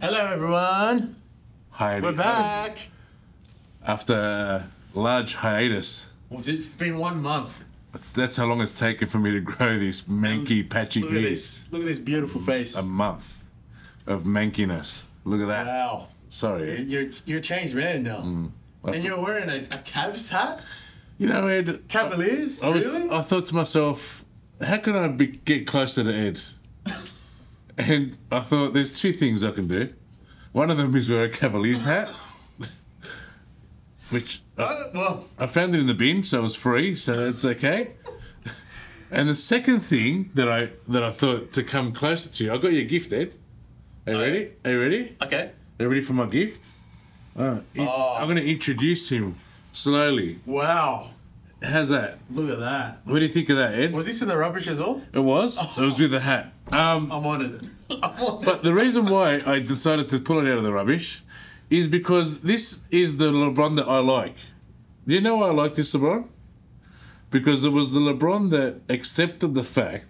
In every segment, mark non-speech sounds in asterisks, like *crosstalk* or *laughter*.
Hello, everyone. Hi. We're back. After a large hiatus. Well, It's been one month. That's, that's how long it's taken for me to grow these manky, patchy Look at beards. this. Look at this beautiful face. A month of mankiness. Look at that. Wow. Sorry. You're you're a changed man now, Mm. I and th- you're wearing a, a Cavs hat. you know, Ed, Cavaliers, I, was, really? I thought to myself, how can I be, get closer to Ed? and I thought, there's two things I can do. One of them is wear a Cavaliers hat, *laughs* which Uh, well, I found it in the bin, so it was free, so it's okay. and the second thing that I that I thought to come closer to you, I got you a gift, Ed. Are you ready? Are you ready? okay. Are you ready for my gift? Uh, in- I'm going to introduce him slowly. Wow. How's that? Look at that. What do you think of that, Ed? Was this in the rubbish as well? It was. It was with the hat. Um, I'm on it. *laughs* I'm on it. but the reason why I decided to pull it out of the rubbish is because this is the LeBron that I like. Do you know why I like this LeBron? Because it was the LeBron that accepted the fact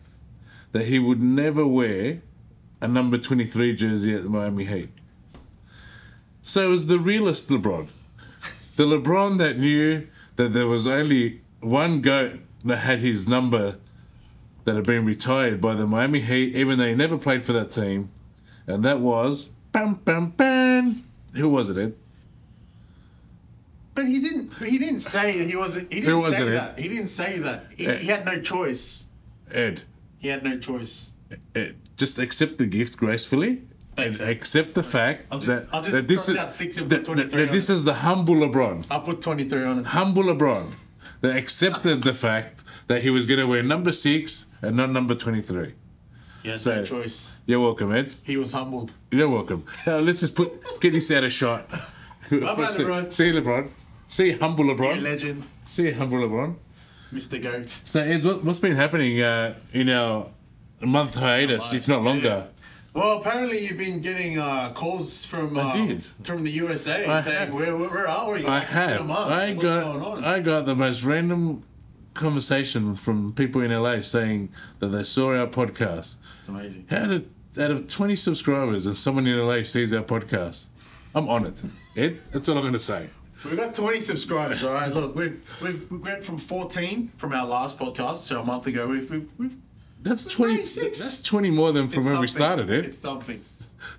that he would never wear a number 23 jersey at the Miami Heat. So it was the realist LeBron. The LeBron that knew that there was only one GOAT that had his number that had been retired by the Miami Heat, even though he never played for that team, and that was bam bam bam. Who was it? Ed? But he didn't. He didn't say he wasn't. He didn't was say it? that. He didn't say that. He, Eh. he had no choice. Ed. He had no choice. Ed, just accept the gift gracefully. Thanks, and Ed. accept the fact I'll just- that, I'll just that this cross is out six and that, put that- 23 that this is the humble LeBron, I put 23 on it. humble LeBron, that accepted the fact that he was going to wear number six and not number twenty-three. He has So- no choice. You're welcome, Ed. He was humbled. You're welcome. Now, let's just put get this out of shot. *laughs* Bye-bye, See- LeBron. See you, LeBron. See you, humble A LeBron. legend, See you, humble LeBron. Mr. Goat. So, Ed, what, what's been happening uh, in our month hiatus, if not longer? Well, apparently you've been getting uh, calls from uh, did. from the USA I saying have. where, where, where are we? I It's been a have. month. I What's got. going on? I got the most random conversation from people in LA saying that they saw our podcast. it's amazing. How did out of twenty subscribers, and someone in LA sees our podcast? I'm on it. Ed, that's all I'm going to say. We've got 20 subscribers. All right, look, we've we've we went from 14 from our last podcast, so a month ago. We've we've, we've That's twenty. 26. That's twenty more than from it's when we something. started. Ed, It's something.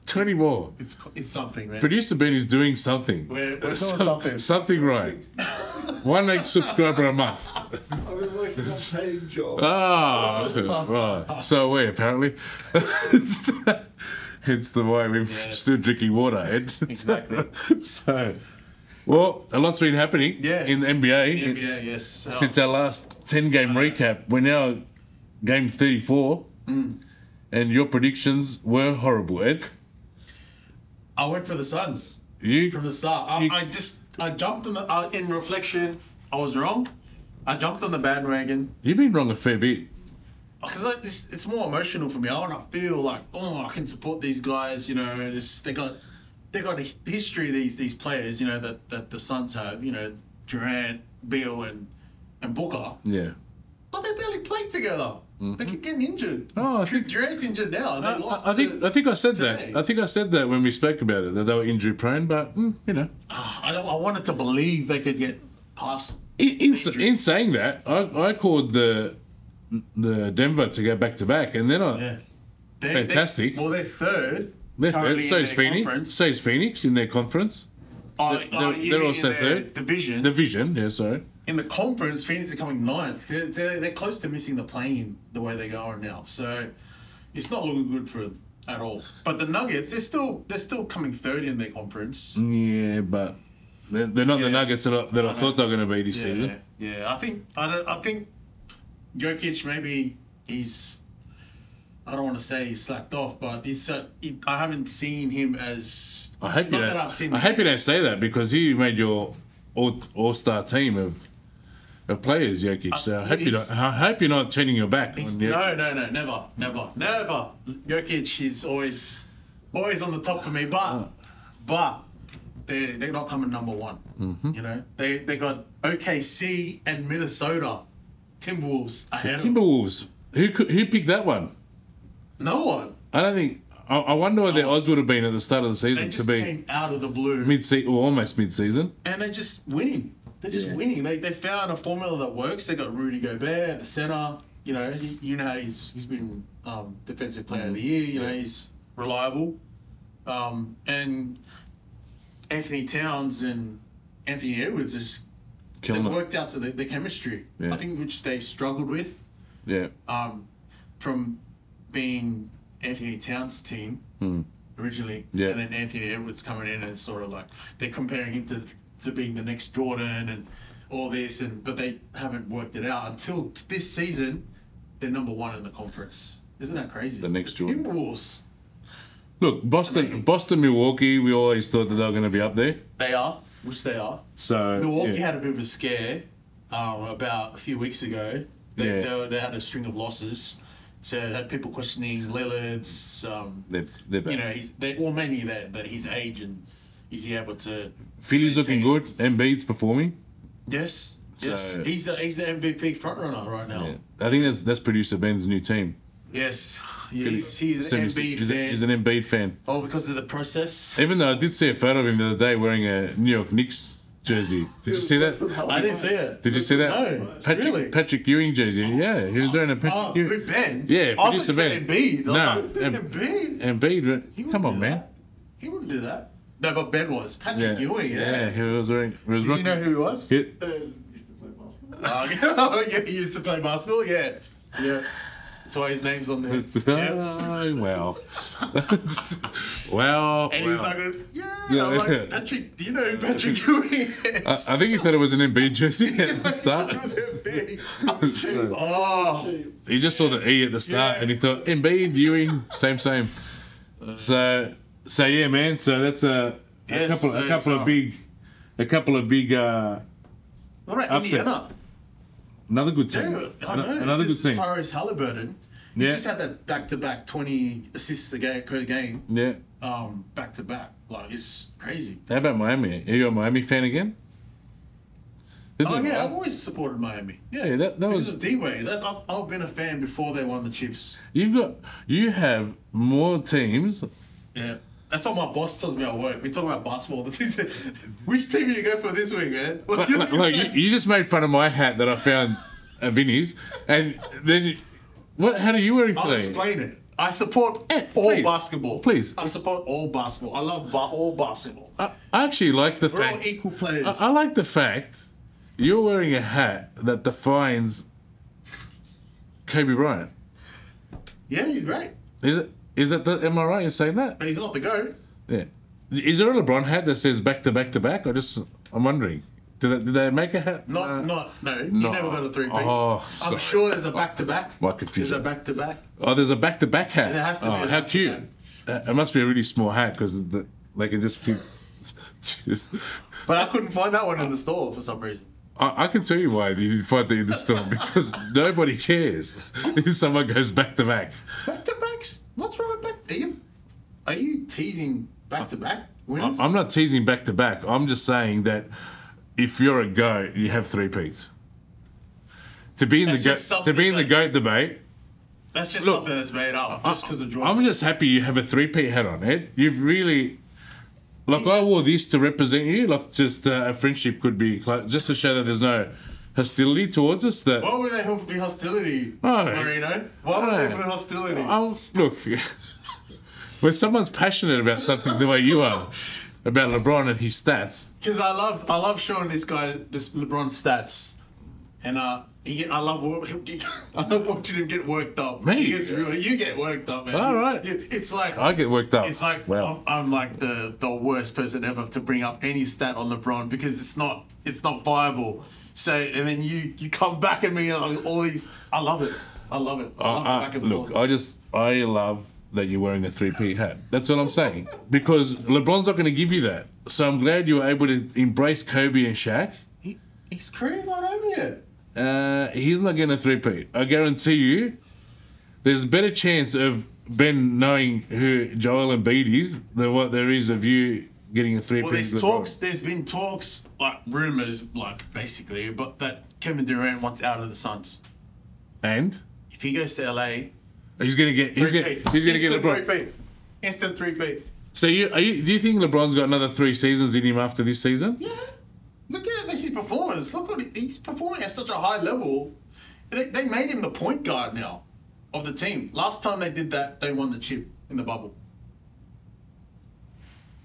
twenty more. It's it's something, man. Producer Ben is doing something. We're- we're doing Some- something. Something right. One ex subscriber a month. I've been working on paying jobs. Ah, right. So are we apparently. *laughs* Hence the why we're still drinking water, Ed. Exactly. *laughs* so, well, a lot's been happening Yeah. in the NBA. yeah, yeah, yes. So- Since our last 10 game Oh, recap, we're now game 34, Mm. and your predictions were horrible, Ed. I went for the Suns. You from the start. I, You- I just I jumped on the uh, in reflection. I was wrong. I jumped on the bandwagon You've been wrong a fair bit. because it's, it's more emotional for me. I want to feel like oh I can support these guys. You know, and it's, they got they got a hi- history. These these players. You know that that the Suns have. You know Durant, Beal, and and Booker. Yeah. But they barely played together. They keep getting injured. Oh, Mm-hmm. I think- Durant's injured now. and They lost. I, I think to- I think I said today. that. I think I said that when we spoke about it that they were injury prone, but mm, you know, Ah, I, don't, I wanted to believe they could get past. in, in, s- in saying that, I, I called the the Denver to go back to back, and then I Yeah. They- they- Fantastic. well, they're third. they're currently third. So in is their Phoenix. conference. So is Phoenix in their conference Oh, oh, they're you mean also in their third. division. division. Yeah, sorry. in the conference, Phoenix are coming ninth. They're, they're, they're close to missing the plane the way they're going now. So it's not looking good for them at all. But the Nuggets, they're still they're still coming third in their conference. Mm, Yeah, but they're, they're not the Yeah. Nuggets that I, that I, thought they were going to be this Yeah, season. yeah. I think I don't. I think Jokic maybe he's. I don't want to say he's slacked off, but he's. Uh, he, I haven't seen him as. I hope you Not don't. that I've seen I hope you don't say that because you made your all all star team of. Of players, Jokic. So I hope you he's- don't. I hope you're not turning your back. On Jokic. No, no, no, never, never, never. Jokic is always, always on the top for me. Oh. But, but they they're not coming number one. Mm-hmm. You know, they they got OKC and Minnesota Timberwolves ahead. of them. Timberwolves. Who could, who picked that one? No one. I don't think I, I wonder what their odds would have been at the start of the They season to just be came out of the blue, mid season or almost mid season. and they're just winning. They're just Yeah. winning. They they found a formula that works. They got Rudy Gobert at the center. You know, he, you know how he's he's been um, defensive player Mm. of the year. You know, he's reliable. Um, and Anthony Towns and Anthony Edwards are just they Killing it. worked out to the, the chemistry. Yeah. I think which they struggled with Yeah. um, from being Anthony Towns' team originally, Hmm. Yeah. and then Anthony Edwards coming in and sort of like they're comparing him to to being the next Jordan and all this, and but they haven't worked it out until t- this season. They're number one in the conference. Isn't that crazy? The next Jordan. Timberwolves. Look, Boston, Boston, Milwaukee. We always thought that they were going to be up there. They are, which they are. So Milwaukee Uh, yeah. had a bit of a scare um, about a few weeks ago. They, Yeah. they, were, they had a string of losses, so it had people questioning Lillard's. Um, they're, they're back. you know, he's they, well, mainly that, but his age and is he able to? Philly's looking maintain- good. Embiid's performing. Yes, yes. So- he's the he's the MVP frontrunner right now. Yeah. I think that's that's producer Ben's new team. Yes, he's he's an He's- MVP he's, a- fan. he's an Embiid fan. oh, because of the process. Even though I did see a photo of him the other day wearing a New York Knicks jersey. Did you see that? I didn't see it. Did you see that? No, Patrick, really. Patrick Ewing jersey. Yeah, he was wearing a Patrick Oh, Ewing. who Ben? Yeah, I producer thought you said Ben. Embiid. I was Nah, like, Ben. Embiid. Em- Embiid, He right? wouldn't come on, do man. that. He wouldn't do that. No, but Ben was Yeah. Patrick Ewing. Yeah. yeah, he was wearing. He was Did you rocking. know *laughs* who he was? he- Uh, used to play basketball. Uh, *laughs* oh, yeah, he used to play basketball. Yeah, yeah. That's why his name's on there. yeah. Oh, well. *laughs* well. And well. he's like, yeah. Yeah. I'm like, Patrick, do you know who Patrick Ewing *laughs* is? I, I think he thought it was an Embiid jersey *laughs* at the start. It was *laughs* Embiid. oh, Cheap. He just saw the E at the start Yeah. and he thought Embiid, Ewing, same, same. So, so yeah, man. So that's a, a Yes, couple, a that's couple of all. big, a couple of big. Uh, what about Upset. Indiana? another good team. Dude, I Ano- know. another good this team. Tyrese Halliburton. He Yeah. just had that back-to-back 20 assists a game per game, Yeah. um, back-to-back. Like it's crazy. How about Miami? Are you a Miami fan again? Didn't Oh they- yeah, I've always supported Miami. Yeah, Yeah, that, that because was of D Wade. That- I've, I've been a fan before they won the chips. you've got you have more teams. Yeah, that's what my boss tells me at work. We talk about basketball. *laughs* He said, "Which team are you going for this week, man?" *laughs* Like, like, like, you, you just made fun of my hat that I found at Vinny's, and then you- what? How are you wearing I'll today? explain it. I support Eh, all please. basketball. Please. I support all basketball. I love ba- all basketball. I, I actually like the We're all fact. equal players. I, I like the fact you're wearing a hat that defines Kobe Bryant. yeah, he's great, Is it? Is that the? Am I right in saying that? but he's not the goat. Yeah. Is there a LeBron hat that says back to back to back? I just I'm wondering. Did they, did they make a hat? Not, Uh, not, no. He no. never got a three P. Oh, I'm sorry. sure there's a back to back. My There's confusion. a back to back. Oh, there's a back to back hat. There has to oh, be a how cute. back-to-back. Uh, It must be a really small hat because the, they can just fit. *laughs* But I couldn't find that one in the store for some *laughs* reason. I, I can tell you why you didn't find that in the store *laughs* because nobody cares *laughs* if someone goes back to back. Back to backs? What's wrong with back? Are you, are you teasing back to back winners? I'm not teasing back to back. I'm just saying that if you're a goat, you have three peats. To be in That's the just goat, to be in the something goat debate, that's just Look, something that's made up just because of Jordan. I'm just happy you have a three peat hat on, Ed. You've really. Like I wore this to represent you, like just uh, a friendship could be clo just to show that there's no hostility towards us. That Why would they have the hostility, Oh. Marino? Why would they Oh. put hostility? I'll, look, *laughs* when someone's passionate about something the way you are, about LeBron and his stats, Because I love, I love showing this guy this LeBron stats, and uh, he, I love, wa- *laughs* I love watching him get worked up. Me? he gets real, you get worked up, man. All right. You- it's like I get worked up. It's like wow, I'm, I'm like the, the worst person ever to bring up any stat on LeBron because it's not it's not viable. So and then you you come back at me on all these. I love it. I love it. I love the I- back and Uh, look, forth. I just I love that you're wearing a three P hat. That's all I'm saying because LeBron's not going to give you that. So I'm glad you were able to embrace Kobe and Shaq. He, his career's not over yet. Uh, he's not getting a three P. I guarantee you, there's a better chance of Ben knowing who Joel Embiid is than what there is of you getting a three P. Well, there's talks. There's been talks, like rumors, like basically, but that Kevin Durant wants out of the Suns. and. If he goes to LA, He's gonna get. He's gonna. Three-peat. He's gonna get Instant LeBron. three-peat. Instant three beef. So you, are you do you think LeBron's got another three seasons in him after this season? Yeah. Look at look at his performance. Look what he- he's performing at such a high level. They, they made him the point guard now of the team. Last time they did that, they won the chip in the bubble.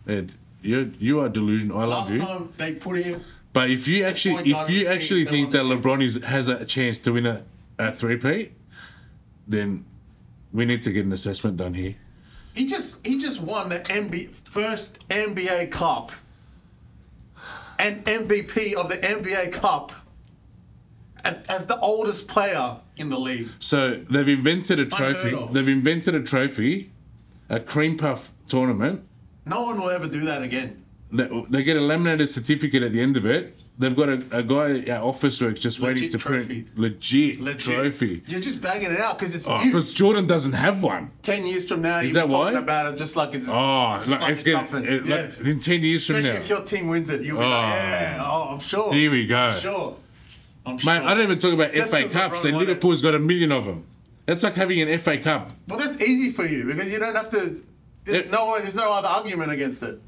Ed, you you are delusional. I love Last you. time they put him. But if you point actually if guard you of the actually team, think they that won the LeBron is, has a chance to win a, a three-peat, then we need to get an assessment done here. He just he just won the NBA first NBA Cup and MVP of the NBA Cup a- as the oldest player in the league. So they've invented a trophy. of. They've invented a trophy, a cream puff tournament. No one will ever do that again. They, they get a laminated certificate at the end of it. They've got a, a guy at office works just waiting Legit to trophy. print legit, Legit. trophy. You're just banging it out because it's you. Because Jordan doesn't have one. Ten years from now, that you're talking why? about it just like it's. Oh, it's just like, it's gonna, something. it, yeah. like, in 10 years from Especially now. if your team wins it, you'll be Oh. like, yeah, oh, I'm sure. Here we go. I'm sure. I'm Mate, sure. I don't even talk about Just FA 'cause Cups, LeBron and won it. Liverpool's got a million of them. That's like having an FA Cup. Well, that's easy for you because you don't have to. There's It- no one. There's no other argument against it.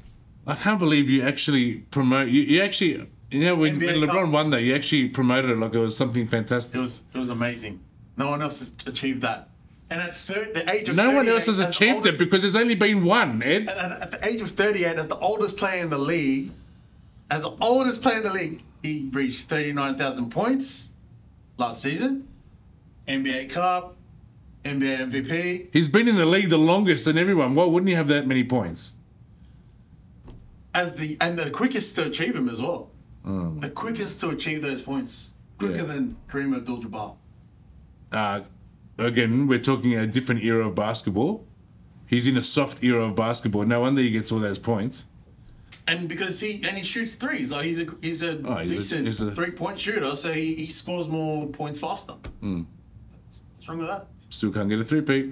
I can't believe you actually promote. You, you actually, you know, when, when NBA LeBron Cup. won that, you actually promoted it like it was something It fantastic. was. It was amazing. No one else has achieved that. And at thir- the age of No one 38, else has as the achieved oldest- it because there's only been one, Ed. and at the age of 38, as the oldest player in the league, as the oldest player in the league, he reached 39,000 points last season. NBA Cup, NBA MVP. He's been in the league the longest than everyone. Why wouldn't he have that many points? As the and the quickest to achieve him as well. the quickest to achieve those points, quicker Oh Yeah. than Kareem Abdul-Jabbar. Uh, again, we're talking a different era of basketball. He's in a soft era of basketball. No wonder he gets all those points. And because he and he shoots threes, like he's a he's a Oh, he's a- decent he's a- three-point shooter, so he, he scores more points faster. Hmm. What's wrong with that? Still can't get a three-peat.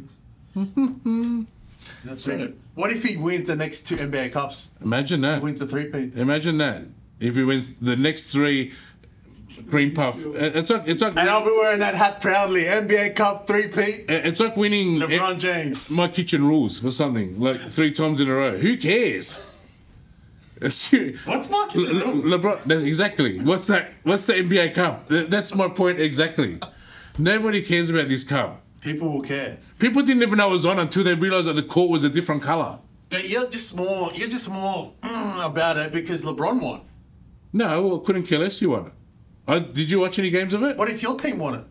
What if he wins the next two NBA Cups? Imagine that. Wins the three peat. Imagine that. If he wins the next three cream puff, it's like it's like And I'll be wearing that hat proudly. NBA Cup three peat. it's like winning LeBron James. my kitchen rules or something like three times in a row. Who cares? *laughs* It's- What's my Le- Le- LeBron, that- exactly. What's that? What's the NBA Cup? Th- That's my point exactly. Nobody cares about this cup. People will care. People didn't even know it was on until they realized that the court was a different color. But you're just more. You're just more mm, about it because LeBron won. No, well, couldn't care less. You won it. I, did you watch any games of it? What if your team won it?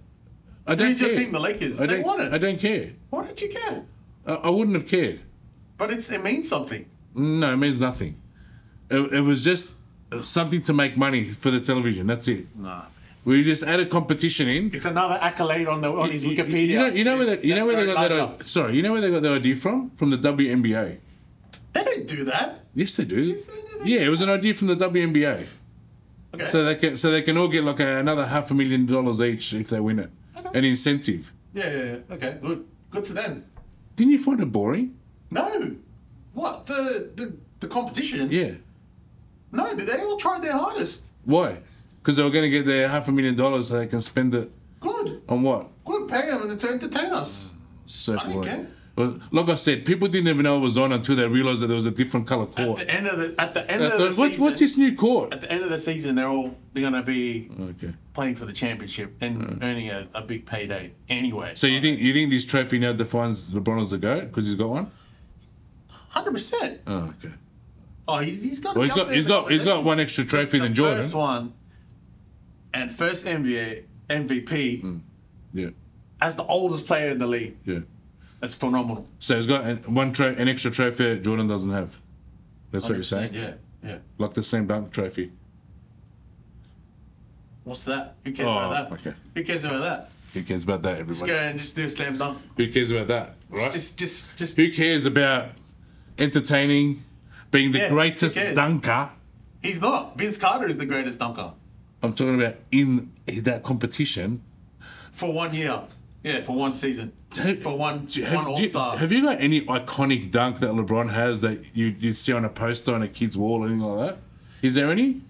I don't Who's your care. team? The Lakers. I they don't, won it. I don't care. Why don't you care? I, I wouldn't have cared. But it's it means something. No, it means nothing. It, it was just something to make money for the television. That's it. Nah. We just added competition in. It's another accolade on the on his You- you- Wikipedia. You know, you know where It's- they, you that's know where they very got that. large i- Sorry, you know where they got the idea from? From the WNBA. up. They don't do that. Yes, they do. Since they did that. Yeah, it was an idea from the WNBA. Okay. So they can so they can all get like a, another half a million dollars each if they win it, an incentive. yeah, yeah, yeah. Okay. Good. Good for them. Didn't you find it boring? No. What the the, the competition? Yeah. No, they all tried their hardest. Why? Because they were going to get their half a million dollars so they can spend it Good. on what? Good, pay them to entertain us. So I don't boring. care. Well, like I said, people didn't even know it was on until they realized that there was a different color At court. the end of the at the end I of thought, the what's, season, what's this new court? at the end of the season, they're all they're gonna be Okay. playing for the championship and earning a, a big payday anyway. Mm. So you think you think this trophy now defines LeBron as a goat because he's got one? hundred percent. Oh, okay. Oh, he's he's got. Well, he's got he's got he's got one extra trophy than Jordan. First one, and first NBA MVP Hmm. Yeah, as the oldest player in the league. yeah. That's phenomenal. So he's got an, one tro- an extra trophy that Jordan doesn't have. That's what you're saying. Yeah, yeah. Like the slam dunk trophy. What's that? Who cares Oh, about that? okay. Who cares about that? Who cares about that, Just everybody? go and just do a slam dunk. Who cares about that, right? Just, just, just. Who cares about entertaining, being the Yeah, who greatest cares? dunker? He's not. Vince Carter is the greatest dunker I'm talking about in that competition. for one year. Yeah, for one season. Have- For one, do you- one have, All do you- Star. have you got any iconic dunk that LeBron has that you you see on a poster on a kid's wall or anything like that? Is there any?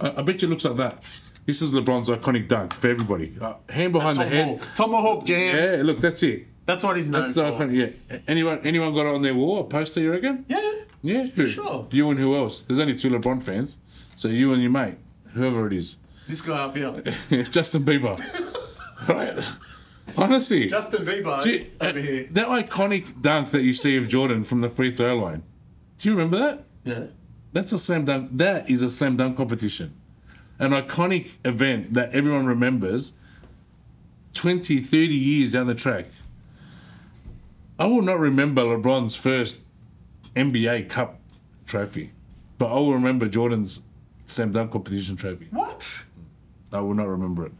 I, I bet you it looks like that. This is LeBron's iconic dunk for everybody. Uh, hand behind the head. Tomahawk, Tomahawk Jam. Yeah, look, that's it. That's what he's known That's for. the icon, yeah. Anyone anyone got it on their wall, a poster, you reckon? Yeah. Yeah, who? Sure. You and who else? There's only two LeBron fans. So you and your mate, whoever it is. *laughs* This guy up here. Justin Bieber. *laughs* right? Honestly. Justin Bieber do you- over here. That iconic dunk that you see of Jordan from the free throw line. Do you remember that? Yeah. That's a slam dunk. That is a slam dunk competition. An iconic event that everyone remembers 20, 30 years down the track. I will not remember LeBron's first NBA Cup trophy, but I will remember Jordan's slam dunk competition trophy. What? I will not remember it.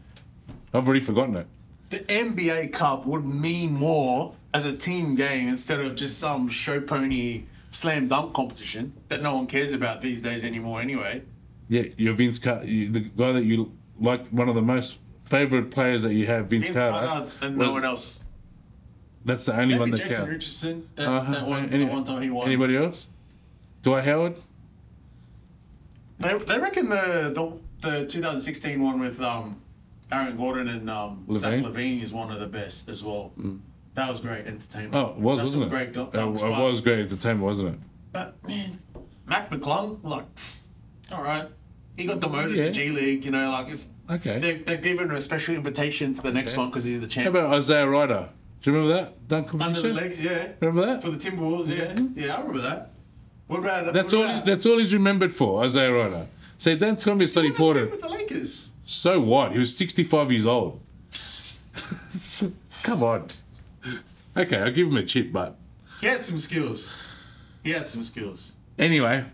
I've already forgotten it. The NBA Cup would mean more as a team game instead of just some show pony slam dunk competition that no one cares about these days anymore anyway. Yeah, your Vince Carter, you, the guy that you liked, one of the most favorite players that you have, Vince, Vince Carter. Carter and no was- one else. That's the only Maybe one that Jason counts. Richardson, that, Uh-huh. that one, Any- the one time he won. Anybody else? Dwight Howard? They, they reckon the, the the 2016 one with um, Aaron Gordon and um, Levine? Mm. Zach Levine is one of the best as well. That was great entertainment. Oh, it was, That's wasn't some it? great dunk- Uh, dunks, it but- was great entertainment, wasn't it? But man, Mac McClung, like, all right, he got demoted Yeah. to G League. You know, like it's Okay. they they're given a special invitation to the next Okay. one because he's the How champion. about Isaiah Ryder? Do you remember that? Dunk Under the competition? legs, yeah. Remember that? For the Timberwolves, yeah, yeah, I remember that. What about that's all what about- that's all he's remembered for, Isaiah Ryder. See, don't tell me it's not what about important. with the Lakers? So what? He was 65 years old. *laughs* Come on. Okay, I'll give him a chip, but He had some skills. He had some skills. anyway,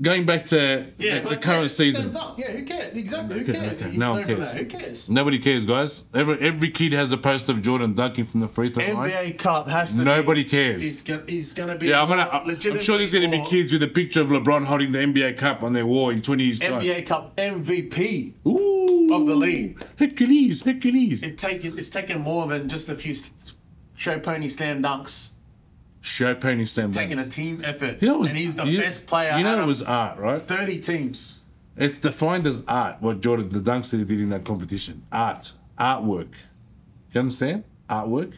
going back to Yeah, the, the but- current yeah, season. stand up. Yeah, who cares? Exactly, who Okay, cares? okay. He's No one known for cares. that. Who cares? Nobody cares, guys. Every every kid has a poster of Jordan dunking from the free throw line. NBA Cup has to. Nobody be, cares. He's gonna, he's gonna be. Yeah, I'm gonna. more- I- I'm sure legitimately there's gonna be more kids with a picture of LeBron holding the NBA cup on their wall in 20 years' time. NBA Cup MVP Ooh, of the league. Hercules, Hercules. It taken it's taken more than just a few s- show pony slam dunks. Show pony Sam. Taking Davis. a team effort, You know it was- and he's the you- best player. You know out it of was art, right? thirty teams. It's defined as art. What Jordan, the dunks that he did in that competition, art, artwork. You understand? Artwork.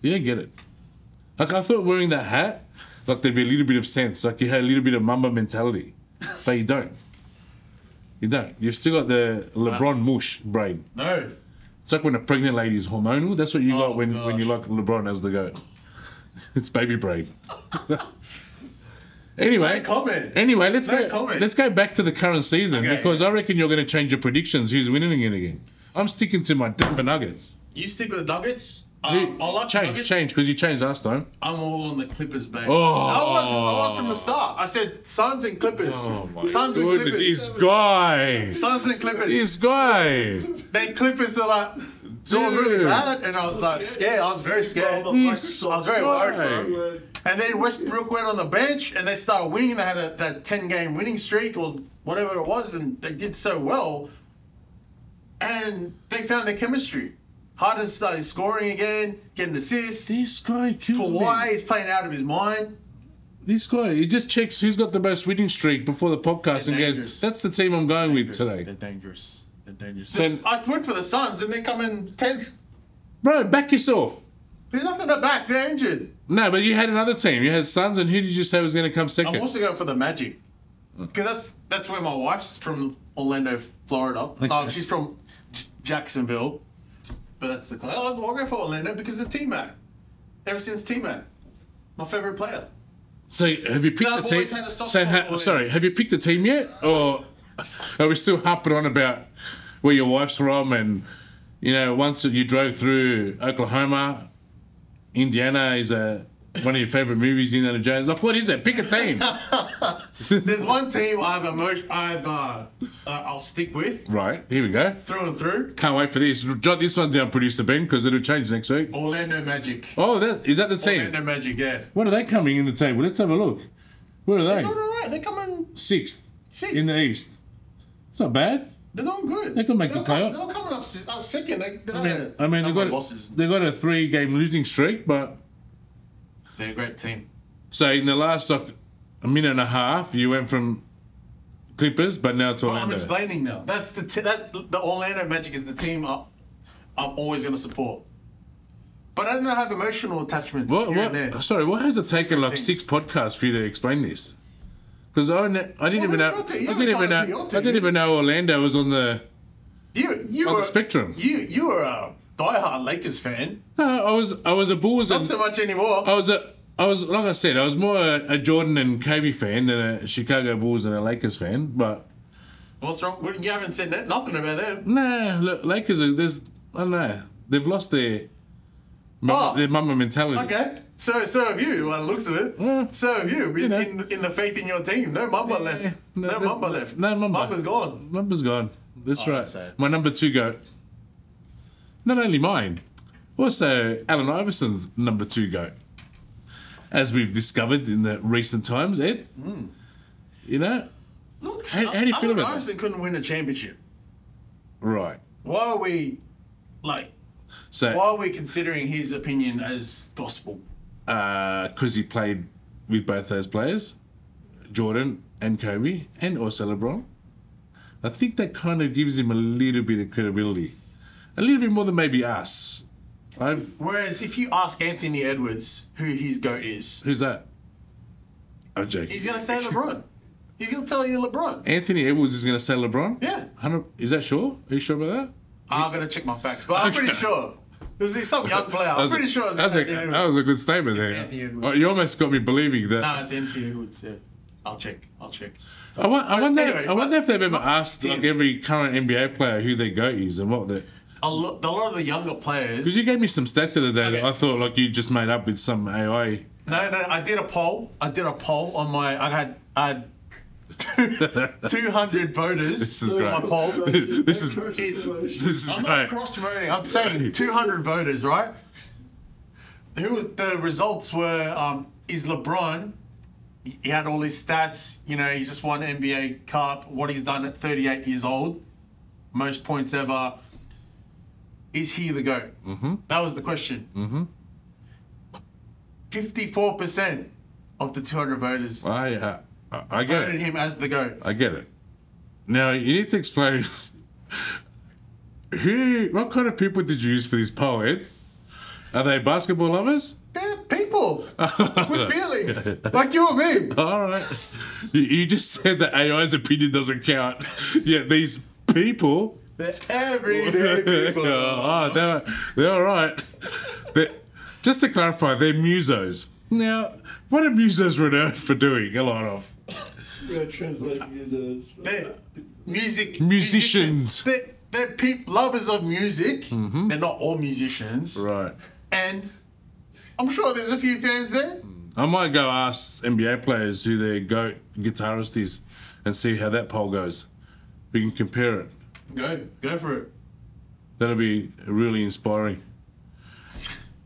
You don't get it. Like I thought, wearing that hat, like there'd be a little bit of sense. Like you had a little bit of Mamba mentality, but you don't. You don't. You've still got the LeBron mush brain. No, It's like when a pregnant lady is hormonal. That's what you Oh, got when, when gosh. you like LeBron as the goat. *laughs* it's baby brain. *laughs* anyway, no comment. Anyway, let's No go. comment. Let's go back to the current season Okay. because I reckon you're going to change your predictions. Who's winning it again? I'm sticking to my Denver Nuggets. you stick with the Nuggets. Um, I like the change, Nuggets. change because you changed last time. I'm all on the Clippers, babe. Oh. I was. I was from the start. I said Suns and Clippers. Oh Suns and Good, Clippers. this guy, Suns and Clippers. *laughs* this guy, Then Clippers were like doing really Dude. bad, and I was like scared. I was very scared. I this was very worried for guy. him. And then Westbrook went on the bench and they started winning. They had a, that 10 game winning streak or whatever it was, and they did so well. And they found their chemistry. Harden started scoring again, getting assists. This guy kills Kawhi me. is playing out of his mind. This guy, he just checks who's got the most winning streak before the podcast They're and goes, dangerous. "That's the team I'm going with today." dangerous. They're dangerous. Send- I worked for the Suns and they come in 10th. Bro, back yourself. There's nothing to back. They're injured. No, but you had another team. You had Suns, and who did you say was going to come second? I'm also going for the Magic because that's that's where my wife's from Orlando, Florida. No, she's from J- Jacksonville, but that's the club. I'll I'll go for Orlando because of T Mac. Ever since T Mac, my favorite player. So have you picked I've the team? always had a soft So spot ha- for sorry, have you picked the team yet, or *laughs* are we still harping on about where your wife's from? And you know, once you drove through Oklahoma, Indiana is a one of your favorite movies, Indiana Jones. Like, what is it? Pick *laughs* a team, There's one team I've emo- I've uh, uh, I'll stick with right? Here we go. through and through. Can't wait for this. Jot this one down, producer Ben, because it'll change next week. Orlando Magic. Oh, that is that the team? Orlando Magic. Yeah. What are they coming in the table? Let's have a look. Where are they? They're doing all right. They're coming Sixth sixth. in the East. It's not bad. they're doing good. They could make they're the playoff. They're coming up s- uh, second. They, they're I mean, I mean they got losses. they got a three game losing streak, but They're a great team. so in the last like a minute and a half, you went from Clippers, but now to I'm Orlando. explaining now. That's the t- that the Orlando Magic is the team I, I'm always going to support. But I don't have emotional attachments What, here and there. what, sorry, why has it taken like things. six podcasts for you to explain this? Because I, ne- I didn't Well, even it's know. your I team. You didn't even haven't know. told us I didn't who your team even is. know Orlando was on the You you on were the spectrum. You you were a diehard Lakers fan. No, I was I was a Bulls Not and so much anymore. I was a I was like I said I was more a, a Jordan and Kobe fan than a Chicago Bulls and a Lakers fan. But What's wrong? Well, You haven't said that, nothing about them. nah, look, Lakers are there's I don't know they've lost their mama, Oh. their mama mentality. Okay. So so have you, by the looks of it. Yeah. So have you, in, Mm. know. in, in the faith in your team. No Mamba left. no, No, the- Mamba left. no Mamba. Mamba's gone. Number's gone. That's Oh, right. that's sad. My number two goat. Not only mine, also Alan Iverson's number two goat. As we've discovered in the recent times, Ed. Hmm. You know? Look, How- how do you feel Allen about that? Iverson couldn't win a championship. Right. Why are we like why So, are we considering his opinion as gospel? because uh, he played with both those players, Jordan and Kobe, and also LeBron, I think that kind of gives him a little bit of credibility. A little bit more than maybe us. I've, Whereas if you ask Anthony Edwards who his goat is, who's that? I'm joking. he's gonna say LeBron. he's gonna tell you LeBron. Anthony Edwards is going to say LeBron? Yeah. 100, is that sure? Are you sure about that? I'm gonna check my facts, but I'm Okay. pretty sure. This is some young player. That I'm was a- pretty sure it's that was, a, Anthony Edwards. that was a good statement there. Anthony Edwards. Oh, you almost got me believing that. No, it's Anthony Edwards. Yeah, I'll check. I'll check. I, won- I wonder. anyway, I wonder but- if they've ever asked like Yeah. every current NBA player who their goat is and what they. A lot, a lot of the younger players. Because you gave me some stats the other day that Okay. I thought like you just made up with some AI. No, no, I did a poll. I did a poll on my. I had I had *laughs* two hundred voters This is on my great. poll. *laughs* This is- This is I'm great. not cross promoting. I'm saying two hundred voters, right? Who were- the results were? Um, is LeBron? He he had all his stats. You know, he just won NBA Cup. What he's done at thirty eight years old, most points ever. Is he the goat? Mm-hmm. That was the question. 54% of the 200 voters I, uh, I I get voted it. him as the GOAT. I get it. Now you need to explain *laughs* who. What kind of people did you use for this poll, Ed? Are they basketball lovers? They're people with feelings, like you and me. All right. *laughs* You, you just said that AI's opinion doesn't count. *laughs* Yet these people. They're *laughs* everyday people. oh, they're, they're all right. They're, just to clarify, they're musos. Now, what are musos renowned for doing? A lot of. We're translating these as. They're music Musicians. Mm-hmm. They're, they're peop lovers of music. They're not all musicians. Right. And I'm sure there's a few fans there. I might go ask NBA players who their GOAT guitarist is and see how that poll goes. We can compare it. Go, go for it. That'll be really inspiring.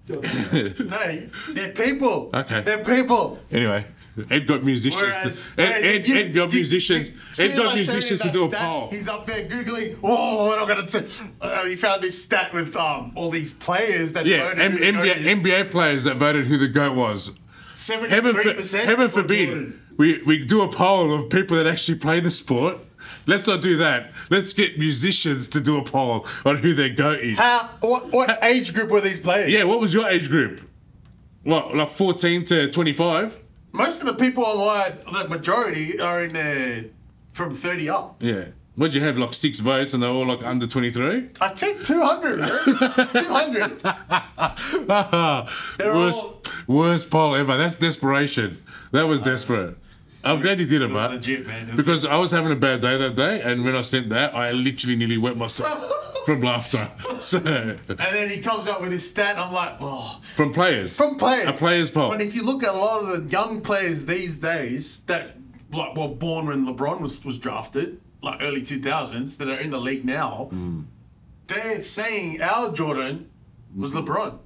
No, they're people. Okay. They're people. Anyway, Ed got musicians. Whereas, to, Ed, Ed, whereas you- Ed got you- musicians. you- soon Ed as I got showed musicians him to do a that stat, poll. He's up there googling. Oh, what am I gonna say? Uh, he found this stat with um all these players that Yeah, voted. M- who the NBA, goat is. NBA players that voted who the goat was. Heaven, for, 73% heaven for forbid Jordan. we, we do a poll of people that actually play the sport. Let's not do that. Let's get musicians to do a poll on who their goat is. How? Uh, What, what age group were these players? Uh, Yeah, what was your age group? What, like 14 to 25? Most of the people online, the majority are in there from thirty up. Yeah. What'd you have, like six votes and they're all like under *laughs* 23? I think two hundred. *laughs* two hundred. They're worst, all- worst poll ever. That's desperation. That was desperate. I'm glad you did it, mate. Legit, man. It was- Because I was having a bad day that day, and when I sent that, I literally nearly wet *laughs* myself from laughter. *laughs* So, and then he comes up with his stat. I'm like, oh. from players. from players. A players poll. But if you look at a lot of the young players these days that like were born when LeBron was, was drafted, like early two thousands, that are in the league now, they're saying our Jordan was LeBron.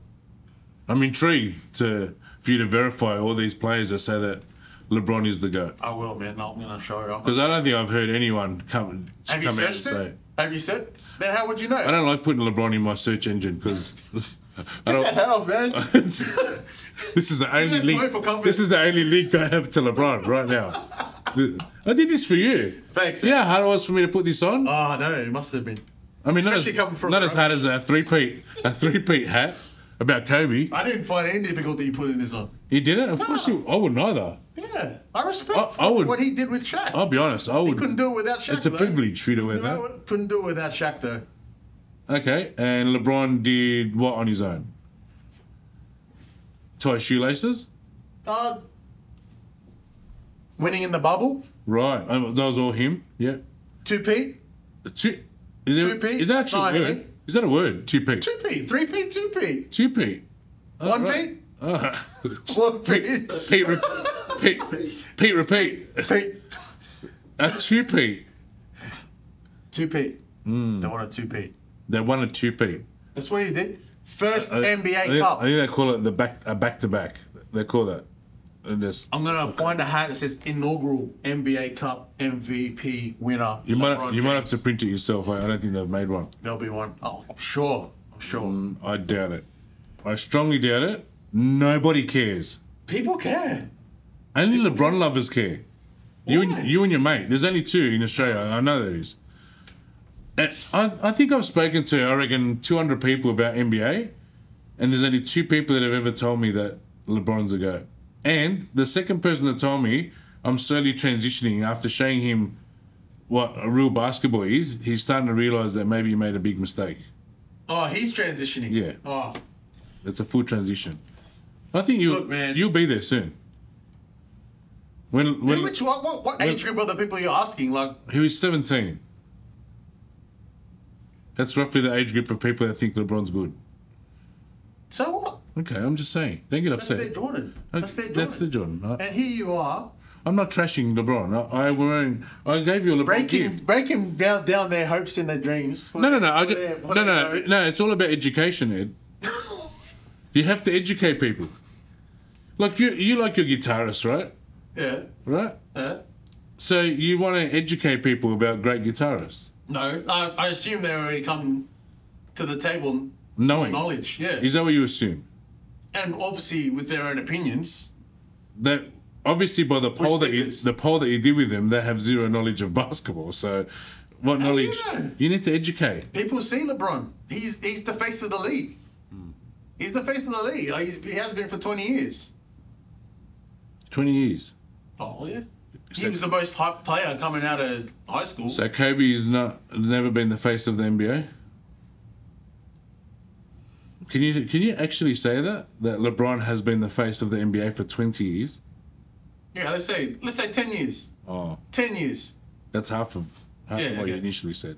I'm intrigued to for you to verify all these players that say that LeBron is the GOAT. I will, Oh, man. I'm gonna show you. Because I don't think I've heard anyone come, come Have out you and searched say it? Have you said? Then how would you I know? don't like putting LeBron in my search engine because *laughs* I Get don't. that *laughs* off, man. this is the only that link. toy for comfort? This is the only link I have to LeBron right now. *laughs* I did this for you. Thanks. You know man. how hard it was for me to put this on? Oh no, it must have been. I mean, not as, Especially coming from not as Raj. hard as a three-peat, a three-peat hat. about Kobe. I didn't find any difficulty you putting this on. He did it? Of course he I wouldn't either. Yeah, I respect I- I would- what he did with Shaq. I'll be honest, I he couldn't would do it without Shaq. it's a though. privilege for you to wear No, that. couldn't do it without Shaq though. Okay, and LeBron did what on his own? Tie shoelaces? Uh, winning in the bubble, Right. um, That was all him. Yeah. two P, Two, is, there, Two-peat? is that actually a No, word? I- Is that a word? Two peat. two P, three P, two P, Two peat. one Oh, right. P, Uh, one P, *laughs* Pete, re- Pete, Pete, repeat. P, A two peat. two P. Hmm. They want a two P. They won a two peat. That's what he did. First I NBA think, Cup. I think they call it the back a back to back. They call that. And this, I'm gonna find a hat that says inaugural NBA Cup MVP winner. you might you might have to print it yourself. I, I don't think they've made one. There'll be one. Oh, I'm sure. I'm sure. I doubt it. I strongly doubt it. Nobody cares. People care. Only LeBron lovers care. You Why? and, you and your mate. There's only two in Australia. I know there is. And I, I think I've spoken to, I reckon, 200 people about NBA, and there's only two people that have ever told me that LeBron's a go. And the second person that told me, I'm slowly transitioning after showing him what a real basketball is, he's starting to realize that maybe he made a big mistake. Oh, he's transitioning. Yeah. Oh, It's a full transition. I think you Look, man. you'll be there soon. When when which what, what, what age group are the people you're asking? Like, he was seventeen. That's roughly the age group of people that think LeBron's good. so what? Okay, I'm just saying. Don't get That's their upset. Jordan. That's their Jordan. Uh, That's the Jordan. I, and here you are I'm not trashing LeBron. I, I wearing. I gave you a LeBron breaking gift. breaking down down their hopes and their dreams. for- No, no, no. I for just, their- no, for no, their- no, no. It's all about education, *laughs* Ed. you have to educate people. Like you, you like your guitarist, right? Yeah. Right. yeah. So you want to educate people about great guitarists, No, I, I assume they already come to the table knowing. knowledge. Yeah. Is that what you assume? and obviously with their own opinions. That obviously by the poll that you, differs? the poll that you did with them, they have zero knowledge of *laughs* basketball. So, what do you knowledge? know? You need to educate. People see LeBron. He's he's the face of the league. He's the face of the league. Like, he's, he has been for 20 years. Twenty years. Oh, yeah. He So- was the most hyped player coming out of high school. So Kobe is not never been the face of the NBA. Can you can you actually say that that LeBron has been the face of the NBA for twenty years? yeah, let's say let's say 10 years. Oh, 10 years. that's half of half Yeah, of what you okay. initially said.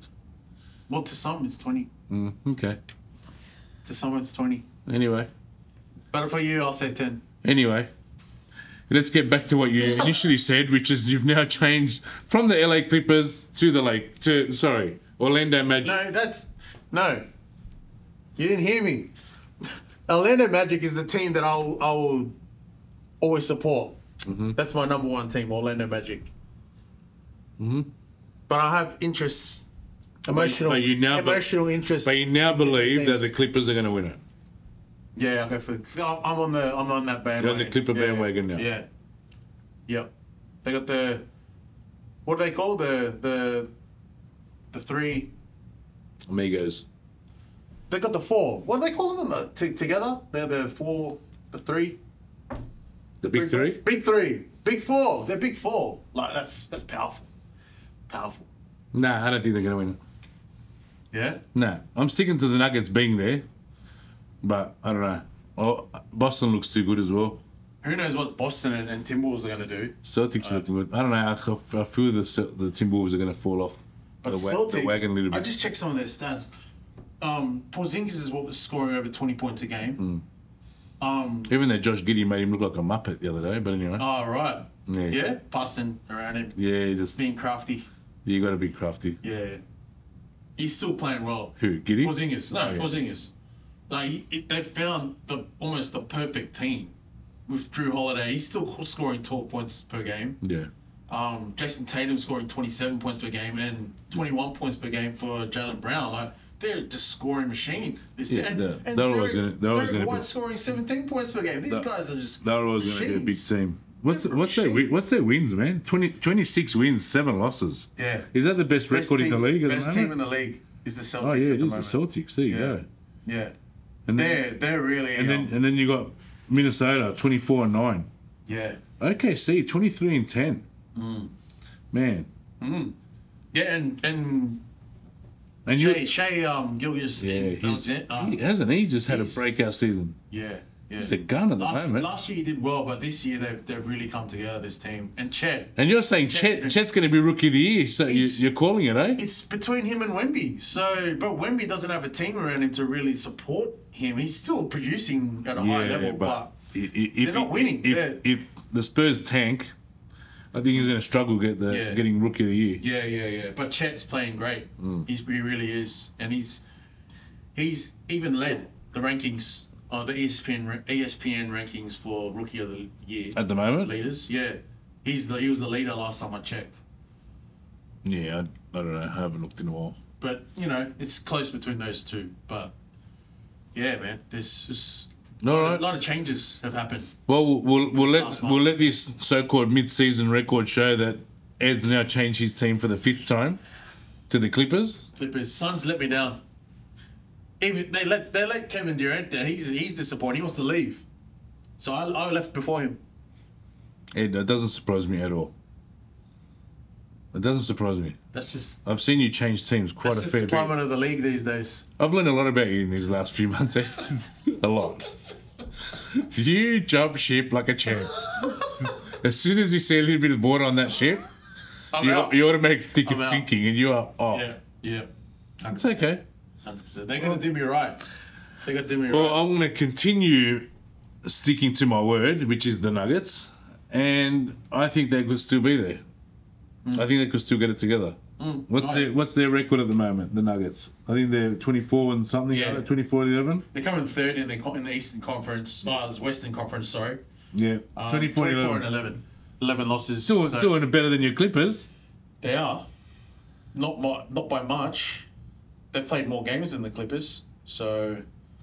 Well, to some it's 20. Mm, okay. To some it's 20. Anyway. But for you, I'll say 10. Anyway, let's get back to what you initially said, which is you've now changed from the LA Clippers to the Lake to sorry Orlando Magic. No, that's no. You didn't hear me. *laughs* Orlando Magic is the team that I'll I will always support. Mm-hmm. That's my number one team, Orlando Magic. But I have interests, emotional, Mm-hmm. but you now- but- emotional interests. But you now believe that teams. the Clippers are going to win it. yeah, I'll go for. I'm I'm on the I'm on that bandwagon. the Clipper Yeah, bandwagon now. Yeah. Yep. They got the what do they call the the the three Amigos. They got the four. What do they call them? The, t- together? They're the four, the three. The big three? Big three. Big four. They're big four. Like that's that's powerful. Powerful. Nah, I don't think they're going to win it. Yeah. Nah, I'm sticking to the Nuggets being there, but I don't know. Oh, Boston looks too good as well. Who knows what Boston and, and Timberwolves are going to do? Celtics look looking good. I don't know. I, f- I feel the Cel- the Timberwolves are going to fall off But the, wa- Celtics. the wagon a little bit. I just checked some of their stats. Um, Porzingis is what was scoring over twenty points a Mm. game. Um. Even though Josh Giddy made him look like a muppet the other day, but anyway. All Ah, right. Yeah. Oh, Yeah. Passing around him, Yeah, he just being crafty. you got to be crafty. Yeah. He's still playing well. Who? Giddy? Porzingis. No, yeah. Porzingis. Like he, it, they found the almost the perfect team with Drew Holiday. He's still co- scoring 12 points per game. Yeah. Um, Jason Tatum scoring 27 points per game and 21 points per game for Jalen Brown. Like they're just scoring machine. This Yeah, and, they're- they're always gonna- they're always gonna be- White scoring 17 points per game. These guys are just That was going to be a big machines. team. What's They're what's their machines. wi- what's their wins, man? 20, 26 wins, seven losses. Yeah. Is that the best, Best record in team- the league at the Best moment? team in the league is the Celtics. oh yeah, it at the is the moment. Celtics. There you Yeah. go. Yeah. And then, They're they're really and then and then you got Minnesota twenty four and nine. yeah OKC twenty three and ten. Mm. Man, yeah and and and you Shay, Shay um Gilgis yeah, he's, he yeah hasn't he just had a he's- breakout season. Um, yeah It's a gun at the last, moment. last year he did well but this year they've they've really come together this team and Chet and you're saying Chet, Chet's going to be rookie of the year, so you, He's- you're calling it, eh? it's between him and Wemby. So, but Wemby doesn't have a team around him to really support him. He's still producing at a high level, but, i- i- if, they're not winning. If, They're- if the Spurs tank, I think he's going to struggle get the Yeah. getting rookie of the year. yeah, yeah, yeah. But Chet's playing great. Mm. He's, he really is, and he's he's even led the rankings of the E ESPN ra- ESPN rankings for rookie of the year At the moment, leaders. Yeah, he's the he was the leader last time I checked. yeah, I, I don't know. I haven't looked in a while. But you know, it's close between those two. But yeah, man, there's just All a right. lot of changes have happened. Well, we'll we'll, we'll let last month. we'll let this so-called mid-season record show that Ed's now changed his team for the fifth time to the Clippers. Clippers. Suns let me down. Even they let they let Kevin Durant down. He's he's disappointed. He wants to leave. So I, I left before him. Ed, that doesn't surprise me at all. It doesn't surprise me. That's just I've seen you change teams quite that's a just fair the bit. climate of the league these days. I've learned a lot about you in these last few months. Ed. *laughs* a lot. You jump ship like a champ. as soon as you see a little bit of water on that ship, I'm you, out. you automatically think I'm it's out. sinking and you are off. yeah, yeah. It's okay. Hundred percent. They're gonna do me right. They're gonna do me Well, right. I'm going to continue sticking to my word, which is the Nuggets, and I think they could still be there. I think they could still get it together. What's Mm. right. their What's their record at the moment? The Nuggets. I think they're 24 and something. Yeah. Uh, Yeah. 24 and 11. They're coming third in the co- in the Eastern Conference. No, it's Western Conference. Sorry. Yeah. Um, 24, and 11. and 11. 11 losses. Doing, so doing it better than your Clippers. They are. Not mu- not by much. They've played more games than the Clippers. So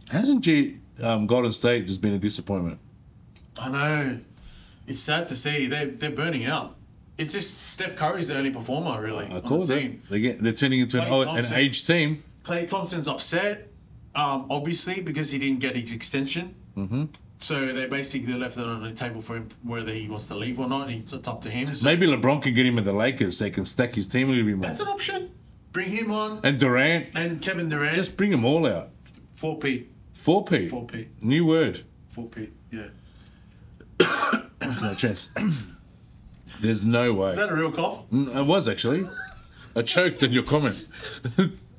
Hasn't G, um, Golden State just been a disappointment? I know. It's sad to see they they're burning out. It's just Steph Curry's the only performer really I on call the them. team. They get, they're turning into an, Klay old, an Thompson. aged team. Clay Thompson's upset, um, obviously because he didn't get his extension. Mm-hmm. So they basically left it on the table for him whether he wants to leave or not. It's it's up to him. So Maybe LeBron can get him at the Lakers. They can stack his team a little bit more. that's an option. Bring him on and Durant. and Kevin Durant. Just bring them all out. four P, Four P. four P, New word. four P. Yeah. Is No chance. *coughs* There's no way. that a real cough? Mm, I was actually. I choked in your comment.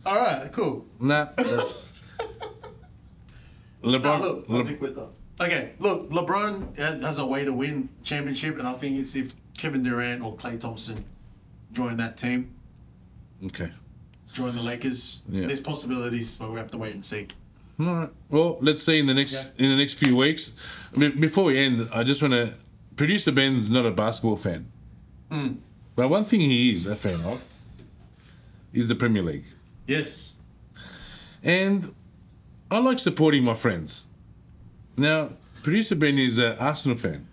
All right, cool. nah, that's. Nah, LeBron. look, I Le- think we're done. Okay, look, LeBron has has a way to win championship, and I think it's if Kevin Durant or Klay Thompson join that team, okay. join the Lakers. Yeah. There's possibilities, but we have to wait and see. All right. Well, let's see in the next Yeah. in the next few weeks. I mean, before we end, I just want to. Producer Ben's not a basketball fan, but one thing he is a fan of is the Premier League. Yes. And I like supporting my friends. Now, producer Ben is an Arsenal fan.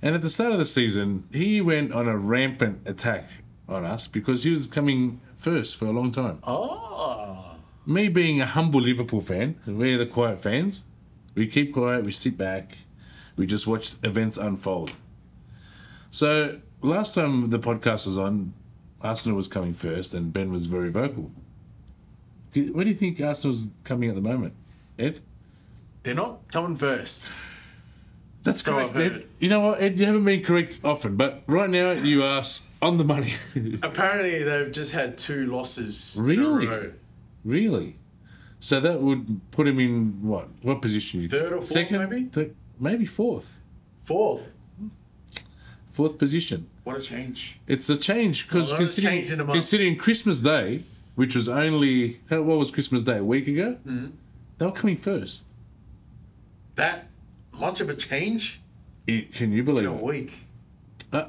And at the start of the season, he went on a rampant attack on us because he was coming first for a long time. Oh. Me being a humble Liverpool fan, we're the quiet fans. We keep quiet, we sit back, we just watch events unfold. So, last time the podcast was on, Arsenal was coming first and Ben was very vocal. Do, where do you think Arsenal's coming at the moment, Ed? They're not coming first. That's So I've correct, Ed. heard. You know what, Ed? You haven't been correct often, but right now you are s- on the money. *laughs* Apparently, they've just had two losses. Really? In a row. really? So that would put him in what? What position? You Third or fourth, maybe? Thir- maybe fourth. Fourth. Fourth position. What a change. It's a change because A lot of considering, change in a month. considering Christmas Day, which was only how, what was Christmas Day a week ago, Mm-hmm. they were coming first. That much of a change It, can you believe in a it? week. Uh,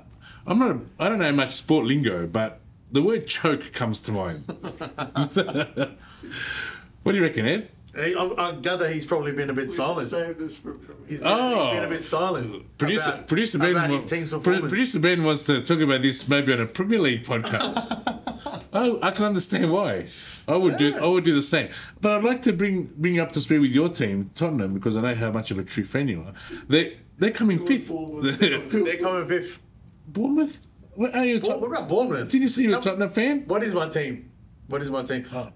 I'm not. A, I don't know much sport lingo, but the word choke comes to *laughs* mind. *laughs* what do you reckon, Ed? I, I I gather he's probably been a bit Solid. silent. Save this for premiere. He's been, he's been Oh. a bit silent. Producer, about- producer Ben. about wa- his team's pro- performance. *laughs* producer Ben wants to talk about this maybe on a Premier League podcast. Oh, I, I can understand why. I would do I would do the same. But I'd like to bring bring you up to speed with your team, Tottenham, because I know how much of a true fan you are. They they're coming fifth. *laughs* They're coming fifth. Bournemouth. What are you? a What, what Tot- about Bournemouth? Did you say you're a No, Tottenham fan? What is my team? What is my team? Is I it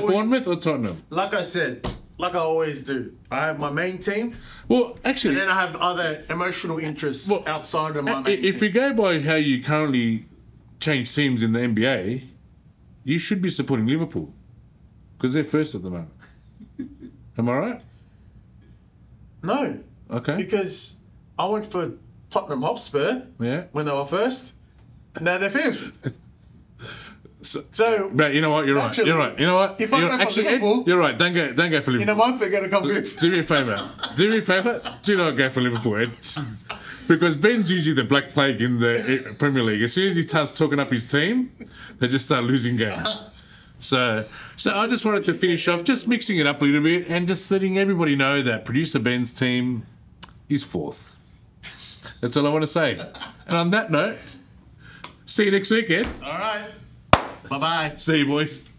always- Bournemouth or Tottenham? Like I said, like I always do, I have my main team, Well, actually, and then I have other emotional interests Well, outside of my I- main if we go team. by how you currently change teams in the NBA, you should be supporting Liverpool because they're first at the moment. Am I right? no, Okay. because I went for Tottenham Hotspur Yeah. when they were first, and now they're fifth. *laughs* So- So But you know what? You're Actually, right. You're right. You know what? if I you're go for actually, Ed, Liverpool- you're right. Don't go. Don't go for in a Liverpool. month they're gonna come fifth. Do me a favor. Do me a favor. Do not go for Liverpool, Ed. Because Ben's usually the black plague in the Premier League. As soon as he starts talking up his team, they just start losing games. So, so I just wanted to finish off, just mixing it up a little bit, and just letting everybody know that producer Ben's team is fourth. That's all I want to say. And on that note, see you next weekend. All right. Bye bye. See you, boys.